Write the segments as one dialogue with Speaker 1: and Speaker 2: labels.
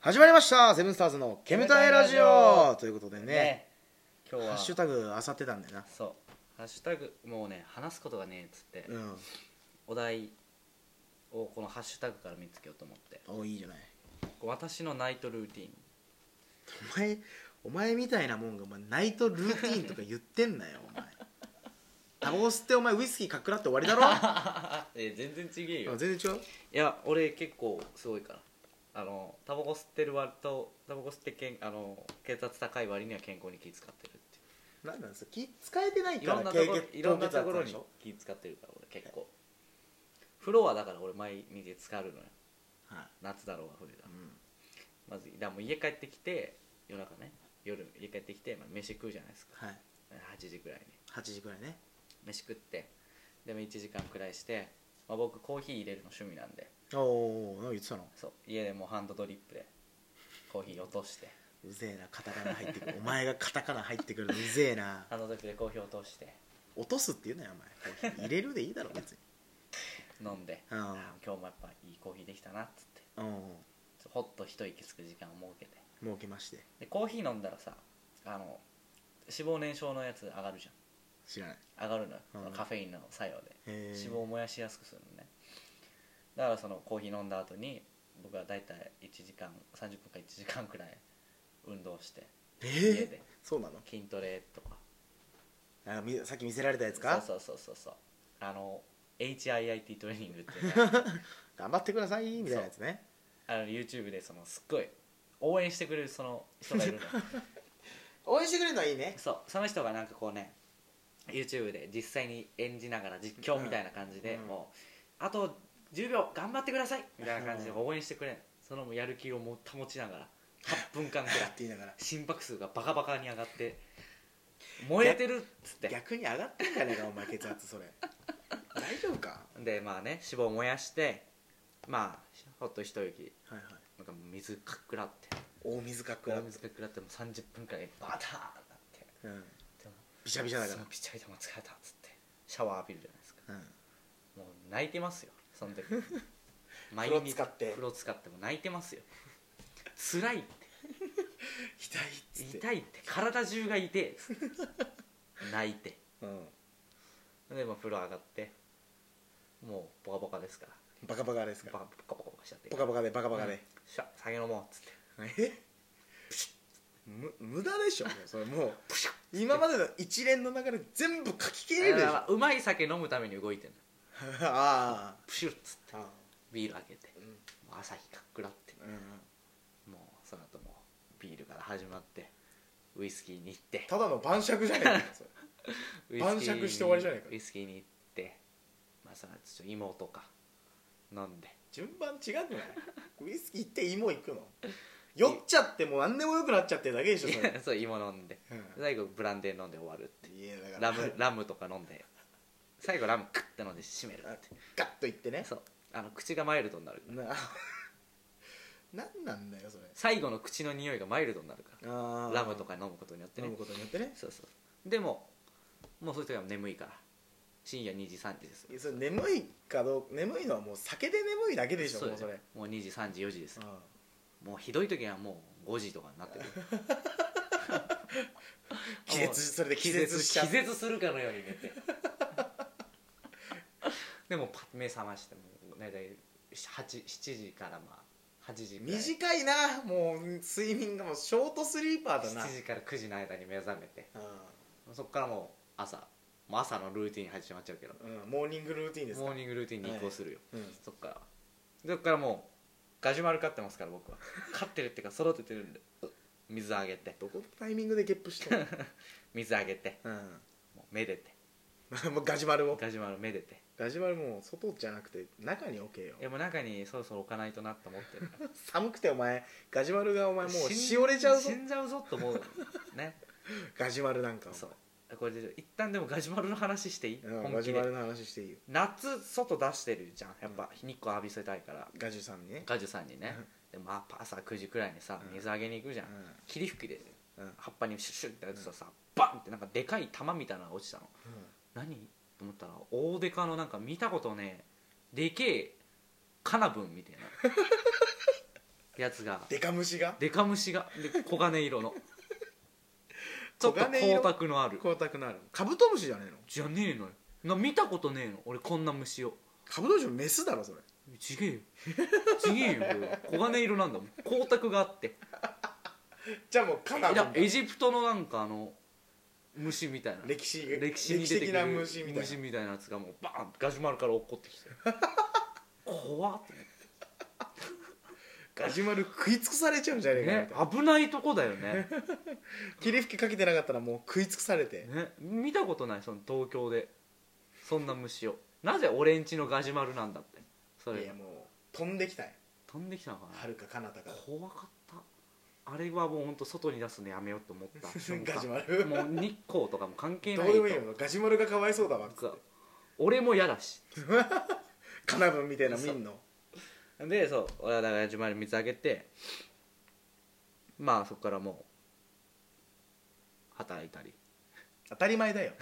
Speaker 1: 始まりましたセブンスターズの煙たいラジオということでね
Speaker 2: 今日
Speaker 1: ハ
Speaker 2: は
Speaker 1: ッシュタグあさってたんだよな
Speaker 2: そうハッシュタグもうね話すことがねえっつって、
Speaker 1: うん
Speaker 2: お題をこのハッシュタグから見つけようと思って
Speaker 1: おいいじゃない
Speaker 2: 私のナイトルーティン
Speaker 1: お前お前みたいなもんがお前ナイトルーティーンとか言ってんなよお前タバコ吸ってお前ウイスキーかっくらって終わりだろ
Speaker 2: え全然ちげえよ
Speaker 1: 全然違う
Speaker 2: いや俺結構すごいからあのタバコ吸ってる割とタバコ吸ってけんあの血圧高い割には健康に気使ってるってい
Speaker 1: なんなんですか気使えてないう
Speaker 2: い
Speaker 1: か
Speaker 2: ろん
Speaker 1: ら
Speaker 2: なところ
Speaker 1: 経験
Speaker 2: いろん
Speaker 1: 凍
Speaker 2: な
Speaker 1: 結だ
Speaker 2: と
Speaker 1: っ
Speaker 2: こ
Speaker 1: た
Speaker 2: ろ
Speaker 1: んでし
Speaker 2: に
Speaker 1: ょ
Speaker 2: 気使ってるから俺結構風呂はだから俺毎日使うのよ
Speaker 1: はい
Speaker 2: 夏だろうが冬だろうが
Speaker 1: うん
Speaker 2: まずだからもう家帰ってきて夜中ね夜家帰ってきて、まあ、飯食うじゃないですか
Speaker 1: はい
Speaker 2: 8時くらいに
Speaker 1: 8時くらいね
Speaker 2: 飯食ってでも1時間くらいして、まあ、僕コーヒー入れるの趣味なんで
Speaker 1: おお何言ってたの
Speaker 2: そう家でもうハンドドリップでコーヒー落として
Speaker 1: うぜえなカタカナ入ってくるお前がカタカナ入ってくるのうぜえな
Speaker 2: ハンドドリップでコーヒー落として
Speaker 1: 落とすって言うなよお前コーヒー入れるでいいだろ別に
Speaker 2: 飲んで、
Speaker 1: うん
Speaker 2: あー今日もやっぱいいコーヒーできたなっつって
Speaker 1: うん
Speaker 2: ちょっとほっと一息つく時間を設けて
Speaker 1: 儲けまして
Speaker 2: でコーヒー飲んだらさあの脂肪燃焼のやつ上がるじ
Speaker 1: 知らない
Speaker 2: ゃん上がるのよ、
Speaker 1: うん
Speaker 2: そのカフェインの作用で
Speaker 1: へ
Speaker 2: 脂
Speaker 1: え
Speaker 2: 肪を燃やしやすくするのねだからそのコーヒー飲んだ後に僕は大体1時間30分か1時間くらい運動して家
Speaker 1: えー
Speaker 2: で
Speaker 1: そうなの
Speaker 2: 筋トレとか
Speaker 1: あのみさっき見せられたやつか
Speaker 2: そうそうそうそうそうあの HIIT トレーニングってい うのが
Speaker 1: 頑張ってくださいみたいなやつね
Speaker 2: あの YouTube でそのすっごい応援してくれるその人がいるの
Speaker 1: 応援してくれるのはいいね
Speaker 2: そうその人がなんかこうね YouTube で実際に演じながら実況みたいな感じで、
Speaker 1: うん
Speaker 2: もうあと10秒頑張ってくださいみたいな感じで応援してくれんそのもうやる気をも保ちながら8分間くら
Speaker 1: や
Speaker 2: い
Speaker 1: って言いながら
Speaker 2: 心拍数がバカバカに上がって燃えてるっつって
Speaker 1: 逆に上がってんじゃねえかお前血圧それ 大丈夫か
Speaker 2: でまあね脂肪を燃やしてまあほっと一息
Speaker 1: はいはい
Speaker 2: なんか水かっくらって
Speaker 1: 大水かくら
Speaker 2: 大
Speaker 1: う
Speaker 2: 水かっくらってもう30分くらいバターンなって
Speaker 1: ん
Speaker 2: でも
Speaker 1: びしゃびしゃだか
Speaker 2: そうピチャピチャもう疲れたっつってシャワー浴びるじゃないですから
Speaker 1: うん
Speaker 2: もう泣いてますよその時毎
Speaker 1: 風呂使って
Speaker 2: 風呂使っても泣いてますよ辛いって
Speaker 1: 痛いっつって
Speaker 2: 痛いって体中が痛い泣いて
Speaker 1: うん
Speaker 2: でも風呂上がってもうボカボカですから
Speaker 1: バカバカです
Speaker 2: ボ
Speaker 1: か
Speaker 2: カ
Speaker 1: ら
Speaker 2: ボカボカボカしちゃって
Speaker 1: バカバカでバカバカ
Speaker 2: うん
Speaker 1: で
Speaker 2: しゃ酒飲もうっつって
Speaker 1: えむ無駄でしょもうそれもう今までの一連の流れ全部書き切れるでし
Speaker 2: だか
Speaker 1: ょ
Speaker 2: らうまい酒飲むために動いてんの
Speaker 1: あ
Speaker 2: プシュッつって
Speaker 1: ーあ
Speaker 2: ビール開けて
Speaker 1: ー
Speaker 2: もう朝日かっくらって
Speaker 1: うんうん
Speaker 2: もうその後もうビールから始まってウイスキーに行って
Speaker 1: ただの晩酌じゃねえかよそれ
Speaker 2: ウイスキーに
Speaker 1: 晩酌して終わりじゃないか
Speaker 2: ウイスキーに行ってまあその後ちょっと芋とか飲んで
Speaker 1: 順番違うんじゃないウイスキー行って芋行くの酔っちゃってもう何でもよくなっちゃってるだけでしょそれ
Speaker 2: そう芋飲んで
Speaker 1: うん
Speaker 2: 最後ブランデー飲んで終わる
Speaker 1: いやだから
Speaker 2: ラムラムとか飲んで最後ラムクッて飲んで締めるって
Speaker 1: ガッと行ってね
Speaker 2: そうあの口がマイルドになるから
Speaker 1: な 何なんだよそれ
Speaker 2: 最後の口の匂いがマイルドになるか
Speaker 1: あ
Speaker 2: ら
Speaker 1: ー
Speaker 2: ラムとか飲むことによって
Speaker 1: 飲
Speaker 2: ね
Speaker 1: むことによってね
Speaker 2: そうそうでももうそういう時は眠いから深夜2時3時です
Speaker 1: いやそれ眠いかどう眠いのはもう酒で眠いだけでしょ
Speaker 2: そう
Speaker 1: もう
Speaker 2: です
Speaker 1: それ
Speaker 2: もう2時3時4時です
Speaker 1: うん
Speaker 2: もうひどい時はもう5時とかになってる
Speaker 1: 気絶しそれで気絶しちゃう
Speaker 2: 気絶するかのように寝て でもパッ目覚ましてもう大体8 7時からまあ8時くらい
Speaker 1: 短いなもう睡眠がもうショートスリーパーだな
Speaker 2: 7時から9時の間に目覚めて
Speaker 1: う
Speaker 2: そこからもう朝もう朝のルーティン始まっちゃうけど
Speaker 1: ん、うん、モーニングルーティンですか
Speaker 2: モーニングルーティンに移行するよ、
Speaker 1: うん
Speaker 2: そっからそっからもうガジュマル飼ってますから 僕は飼ってるっていうか育ててるんで水あげて
Speaker 1: どこのタイミングでゲップしてんの
Speaker 2: 水あげても うめでて
Speaker 1: うん もうガジュマルを
Speaker 2: ガジュマルめでて
Speaker 1: ガジュマルもう外じゃなくて中に置けよ
Speaker 2: いやもう中にそろそろ置かないとなと思ってる
Speaker 1: 寒くてお前ガジュマルがお前もうしおれちゃうぞ
Speaker 2: 死んじゃうぞと思う ね
Speaker 1: ガジュマルなんかを
Speaker 2: そうこれで一旦でもガジュマルの話していい、
Speaker 1: うん、
Speaker 2: 本
Speaker 1: ガ
Speaker 2: 気
Speaker 1: ジュマ
Speaker 2: で
Speaker 1: ルの話していいよ
Speaker 2: 夏外出してるじゃんやっぱ日光浴びせたいから
Speaker 1: ガジュさんにね、
Speaker 2: ガジュさんにね、でまあ朝9時くらいにさ
Speaker 1: うん
Speaker 2: 水あげに行くじゃん、
Speaker 1: う
Speaker 2: 霧吹きで
Speaker 1: んうん、
Speaker 2: 葉っぱにシュッシュッってやってたらさ、バンってなんかでかい玉みたいなのが落ちたの何と思ったら大デカのなんか見たことねえでけえカナブンみたいなやつが
Speaker 1: デカ虫が
Speaker 2: デカ虫がで黄金 色のちょっと
Speaker 1: 黄金色
Speaker 2: 光沢のある
Speaker 1: 光沢のあるカブトムシじゃねえの
Speaker 2: じゃねえのよな見たことねえの俺こんな虫を
Speaker 1: カブトムシもメスだろそれ
Speaker 2: ちげえよちげえよこれ黄金色なんだもん光沢があって
Speaker 1: じゃあもうカ
Speaker 2: いや
Speaker 1: だ
Speaker 2: エジプトのなんかあの虫みたいな
Speaker 1: 歴史
Speaker 2: 歴史に出て
Speaker 1: 歴史的
Speaker 2: くる
Speaker 1: な虫みたいな
Speaker 2: やつがもうバーンガジュマルから落っこって きて怖っ
Speaker 1: ガジュマル食い尽くされちゃうんじゃねえかなみ
Speaker 2: ね
Speaker 1: たいな
Speaker 2: 危ないとこだよね
Speaker 1: 霧吹きかけてなかったらもう食い尽くされて
Speaker 2: ね見たことないその東京でそんな虫をなぜ俺んちのガジュマルなんだってそ
Speaker 1: い
Speaker 2: れ
Speaker 1: や
Speaker 2: が
Speaker 1: もう飛んできたよ
Speaker 2: 飛んできたのかな
Speaker 1: はるか彼方から
Speaker 2: 怖かったあれはもう本当外に出すのやめようと思った 瞬間
Speaker 1: ガジュマル
Speaker 2: もう日光とかも関係
Speaker 1: ど
Speaker 2: な
Speaker 1: う
Speaker 2: い
Speaker 1: でもいいよガジュマルがかわいそうだわ
Speaker 2: とか俺も嫌だし
Speaker 1: カナブンみたいなの見んの
Speaker 2: でそう俺はだからガジュマル水あげてまあそこからもう働いたり
Speaker 1: 当たり前だよ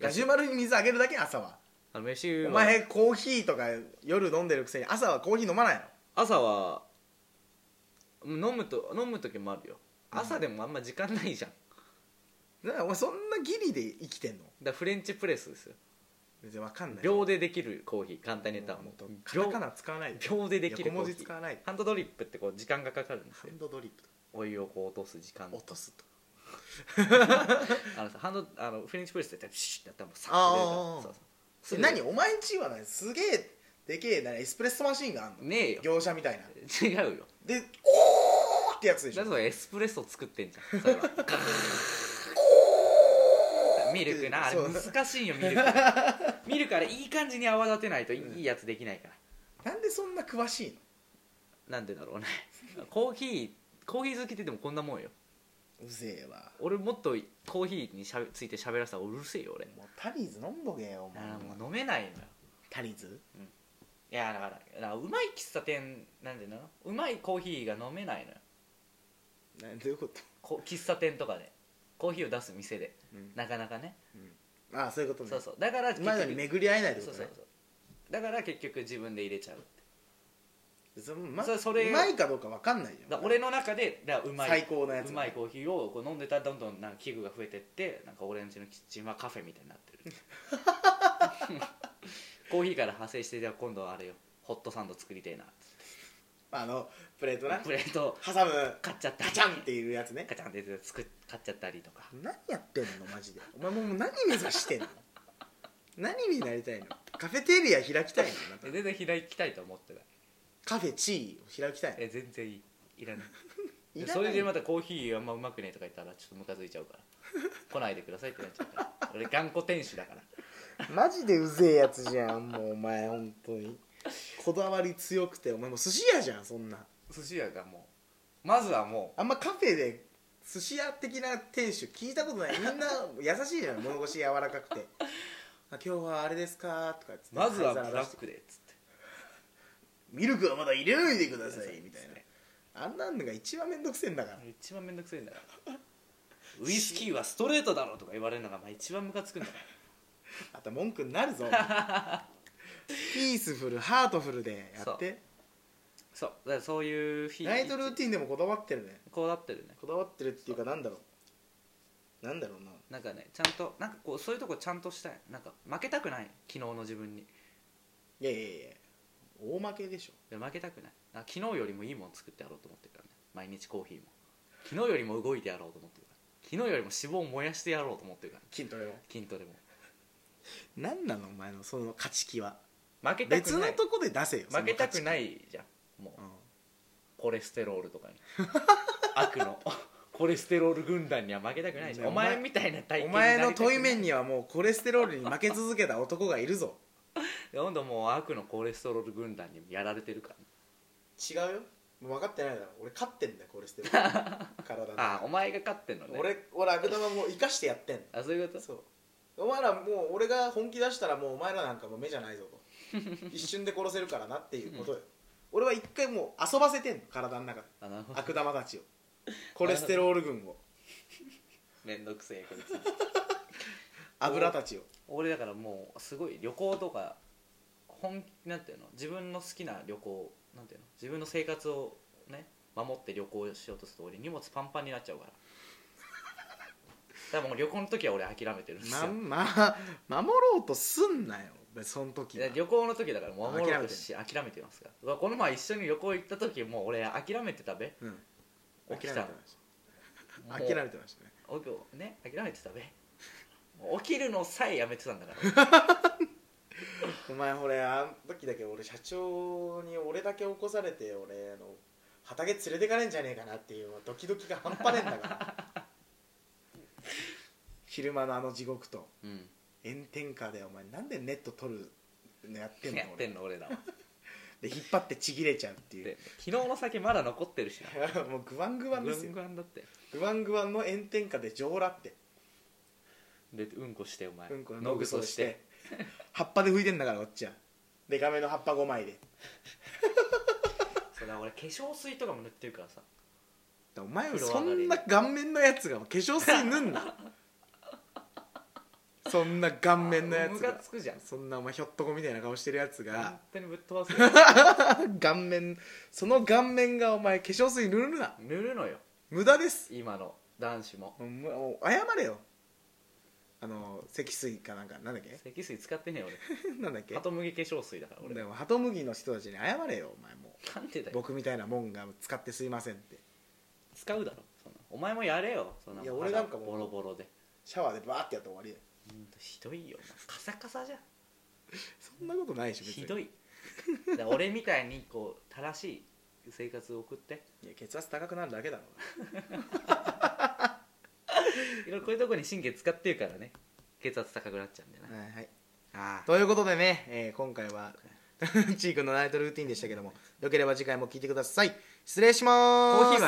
Speaker 1: ガジュマルに水あげるだけ朝は
Speaker 2: あの飯は
Speaker 1: お前コーヒーとか夜飲んでるくせに朝はコーヒー飲まないの
Speaker 2: 朝は飲むと飲む時もあるよ朝でもあんま時間ないじゃん
Speaker 1: だからお前そんなギリで生きてんの
Speaker 2: だからフレンチプレスですよ
Speaker 1: 全然わかんない
Speaker 2: 秒でできるコーヒー簡単に言ったら
Speaker 1: も
Speaker 2: も
Speaker 1: っとカタ
Speaker 2: う
Speaker 1: カナ使わないで
Speaker 2: 秒秒でできる
Speaker 1: 横
Speaker 2: コ
Speaker 1: 文
Speaker 2: ーヒ
Speaker 1: 字
Speaker 2: ー
Speaker 1: 使わないで
Speaker 2: ハンドドリップってこう時間がかかるんです
Speaker 1: ハ
Speaker 2: よ
Speaker 1: ンドドリップ
Speaker 2: お湯をこう落とす時間
Speaker 1: 落とすと
Speaker 2: あのさハンドあのフレンチプレスってやってシュッてやったらもうサッて出るから
Speaker 1: あ
Speaker 2: そうそう
Speaker 1: あ何お前んちはねすげえでけえなエスプレッソマシンがあんの
Speaker 2: ねえよ
Speaker 1: 業者みたいな
Speaker 2: 違うよ
Speaker 1: でおーってやつでし
Speaker 2: だ
Speaker 1: ょ
Speaker 2: ってそれエスプレッソ作ってんじゃんそれ はミルクなあれ
Speaker 1: そう
Speaker 2: 難しいよミルクミルクあれいい感じに泡立てないといいやつできないから
Speaker 1: なんでそんな詳しい
Speaker 2: なんでだろうねコーヒーコーヒー好きってでもこんなもんよ
Speaker 1: のうぜえわ
Speaker 2: 俺もっとコーヒーにしゃべついて喋らせたらうるせえよ俺
Speaker 1: もうタリーズ飲んどけよお前
Speaker 2: あーもう飲めないのよ
Speaker 1: タリーズ
Speaker 2: いやだからだからうまい喫茶店なんでなうまいコーヒーが飲めないのよ
Speaker 1: などういうこと、
Speaker 2: こ喫茶店とかでコーヒーを出す店でなかなかね
Speaker 1: ああそういうことね
Speaker 2: そうそうだから結
Speaker 1: うまいのに巡り合えないってこ
Speaker 2: そ
Speaker 1: と
Speaker 2: う
Speaker 1: ね
Speaker 2: そうそうだから結局自分で入れちゃうって
Speaker 1: そのま
Speaker 2: それそれ
Speaker 1: うまいかどうか分かんないよ
Speaker 2: だから俺の中でだからうまい
Speaker 1: 最高のやつ
Speaker 2: うまいコーヒーをこう飲んでたらどんどんなんか器具が増えてってなんか俺んちのキッチンはカフェみたいになってる コーヒーから派生してじゃあ今度はあれよホットサンド作りてえな
Speaker 1: あのプレートな
Speaker 2: プレート
Speaker 1: 挟む
Speaker 2: 買っちゃったり
Speaker 1: ガチャンっていうやつね
Speaker 2: ガチャンって作っ買っちゃったりとか
Speaker 1: 何やってんのマジで お前もう何目指してんの 何になりたいのカフェテリア開きたいのなんか
Speaker 2: 全然開きたいと思ってない
Speaker 1: カフェチーを開きたい
Speaker 2: え全然いいいらない
Speaker 1: いらない
Speaker 2: それでまたコーヒーあんまうまくねえとか言ったらちょっとムカついちゃうから来ないでくださいってなっちゃうから俺頑固店主だから
Speaker 1: マジでうぜえやつじゃんもうお前本当にこだわり強くてお前もう寿司屋じゃんそんな
Speaker 2: 寿司屋がもうまずはも
Speaker 1: あんまカフェで寿司屋的な店主聞いたことないみんな優しい じゃん物腰柔らかくて「あ今日はあれですか?」とかっつっ
Speaker 2: う
Speaker 1: て
Speaker 2: まずはブ
Speaker 1: 灰皿
Speaker 2: ラ
Speaker 1: 出し
Speaker 2: ッ
Speaker 1: て
Speaker 2: クでっつって
Speaker 1: ミルクはまだ入れないでくだ
Speaker 2: く
Speaker 1: さいみたいなあんなのが一番面倒くせえんだから
Speaker 2: 一番めんどくせえんだからウイスキーはストレートだろとか言われるのがまあ一番ムカつくんだか
Speaker 1: あと文句にな るぞお前ピースフルハートフルでやって
Speaker 2: ら そうだからそういう日
Speaker 1: ナイトルーティンでもこだわってるね
Speaker 2: こうなってるね
Speaker 1: こだわってるっていうかなんだろうなんだろうな
Speaker 2: なんかねちゃんとなんかこうそういうとこちゃんとしたいなんか負けたくない昨日の自分に
Speaker 1: いやいやいや大負けでしょ
Speaker 2: で負けたくないあ昨日よりもいいもの作ってやろうと思ってるからね毎日コーヒーも昨日よりも動いてやろうと思ってるから昨日よりも脂肪を燃やしてやろうと思ってるから
Speaker 1: 筋トレを
Speaker 2: 筋トレも
Speaker 1: 何なのお前のその勝ち気は
Speaker 2: 負けた
Speaker 1: 別
Speaker 2: く
Speaker 1: の
Speaker 2: ない
Speaker 1: とこで出せよ、
Speaker 2: 負けたくないいじゃんもう
Speaker 1: うん、
Speaker 2: コレステロー ルとかに悪のコレステロール軍団には負けたくないじゃん
Speaker 1: ね
Speaker 2: お前みたいな体
Speaker 1: お
Speaker 2: 験
Speaker 1: 前の問い面
Speaker 2: に
Speaker 1: にはもうコレステロールに負け続けた男がいるぞ
Speaker 2: どんどんもう悪のコレステロール軍団にやられてるからね、
Speaker 1: 違うよもう分かってないだろ俺勝ってんだよコレステロー ル体で
Speaker 2: ああお前が勝ってんのね
Speaker 1: 俺俺悪玉もう生かしてやってんの
Speaker 2: あそういうこと
Speaker 1: そうお前らもう俺が本気出したらもうお前らなんかもう目じゃない ぞと一瞬で殺せるからなっていうことよ、俺は一回もう遊ばせてんの体の中で
Speaker 2: あなるほど
Speaker 1: 悪玉た ちをコレステロール軍を
Speaker 2: めんどくせえこいつ
Speaker 1: 油たちを
Speaker 2: 俺だからもうすごい旅行とか本なんていうの自分の好きな旅行なんていうの自分の生活をね守って旅行しようとすると俺荷物パンパンになっちゃうからだからもう旅行の時は俺諦めてるんですよ、
Speaker 1: ま あまあ守ろうとすんなよその時
Speaker 2: いや
Speaker 1: は
Speaker 2: 旅行の時だからもう守ろうとし諦めてますからうわこの前一緒に旅行行った時もう俺諦めてたべ
Speaker 1: うん
Speaker 2: 起
Speaker 1: 諦
Speaker 2: き
Speaker 1: め
Speaker 2: た
Speaker 1: てました諦
Speaker 2: も
Speaker 1: めてましたね
Speaker 2: うおね諦めてたべもう起きるのさえやめてたんだから
Speaker 1: お前ほれあの時だけ俺社長に俺だけ起こされて俺あの畑連れてかれんじゃねえかなっていうドキドキが半端ねえんだから 昼間のあの地獄と
Speaker 2: うん
Speaker 1: 炎天下でお前なんでネット取るのやってんの
Speaker 2: やってんの俺らは
Speaker 1: 俺で引っ張ってちぎれちゃうっていう
Speaker 2: で昨日の酒まだ残ってるしな
Speaker 1: もうグワングワンですよ
Speaker 2: グワングワンだって
Speaker 1: グワングワンの炎天下で上裸って
Speaker 2: でうんこしてお前
Speaker 1: うんこ
Speaker 2: のぐそして
Speaker 1: 葉っぱで拭いてんだからこっちはデカめの葉っぱ5枚で
Speaker 2: それは俺化粧水とかも塗ってるからさ
Speaker 1: お前
Speaker 2: 風呂
Speaker 1: そ
Speaker 2: 上がり
Speaker 1: んな顔面のやつが化粧水塗ん なそんな顔面のやつ
Speaker 2: ムカ
Speaker 1: が
Speaker 2: つくじゃん
Speaker 1: そんなお前ひょっとこみたいな顔してるやつ
Speaker 2: 本
Speaker 1: が
Speaker 2: 当にぶっ 飛ばすよ
Speaker 1: 顔面その顔面がお前化粧水塗るな
Speaker 2: 塗るのよ
Speaker 1: 無駄です
Speaker 2: 今の男子も
Speaker 1: もうもう謝れよあの積水かなんかなんだっけ
Speaker 2: 積水使ってねえよ
Speaker 1: なんだっ
Speaker 2: 俺
Speaker 1: け
Speaker 2: ハトムギ化粧水だから俺
Speaker 1: でも鳩麦の人たちに謝れよお前も
Speaker 2: なんでだ
Speaker 1: う
Speaker 2: よ
Speaker 1: 僕みたいなもんが使ってすいませんって
Speaker 2: 使うだろそんなお前もやれよそんない
Speaker 1: や俺なんかもう
Speaker 2: ボロボロで
Speaker 1: シャワーでバーってやって終わりだよ
Speaker 2: ほんとひどいよお前カサカサじゃん
Speaker 1: そんなことないでしょ別に
Speaker 2: ひどいだから俺みたいにこう正しい生活を送って
Speaker 1: いや血圧高くなるだけだろ
Speaker 2: いろいろこういうとこに神経使ってるからね血圧高くなっちゃうんだよな、
Speaker 1: うなはいはい
Speaker 2: ああ
Speaker 1: ということでね、えー今回は ちーくんのナイトルーティンでしたけどもよければ次回も聞いてください失礼しま
Speaker 2: コ
Speaker 1: ーす
Speaker 2: ーヒーは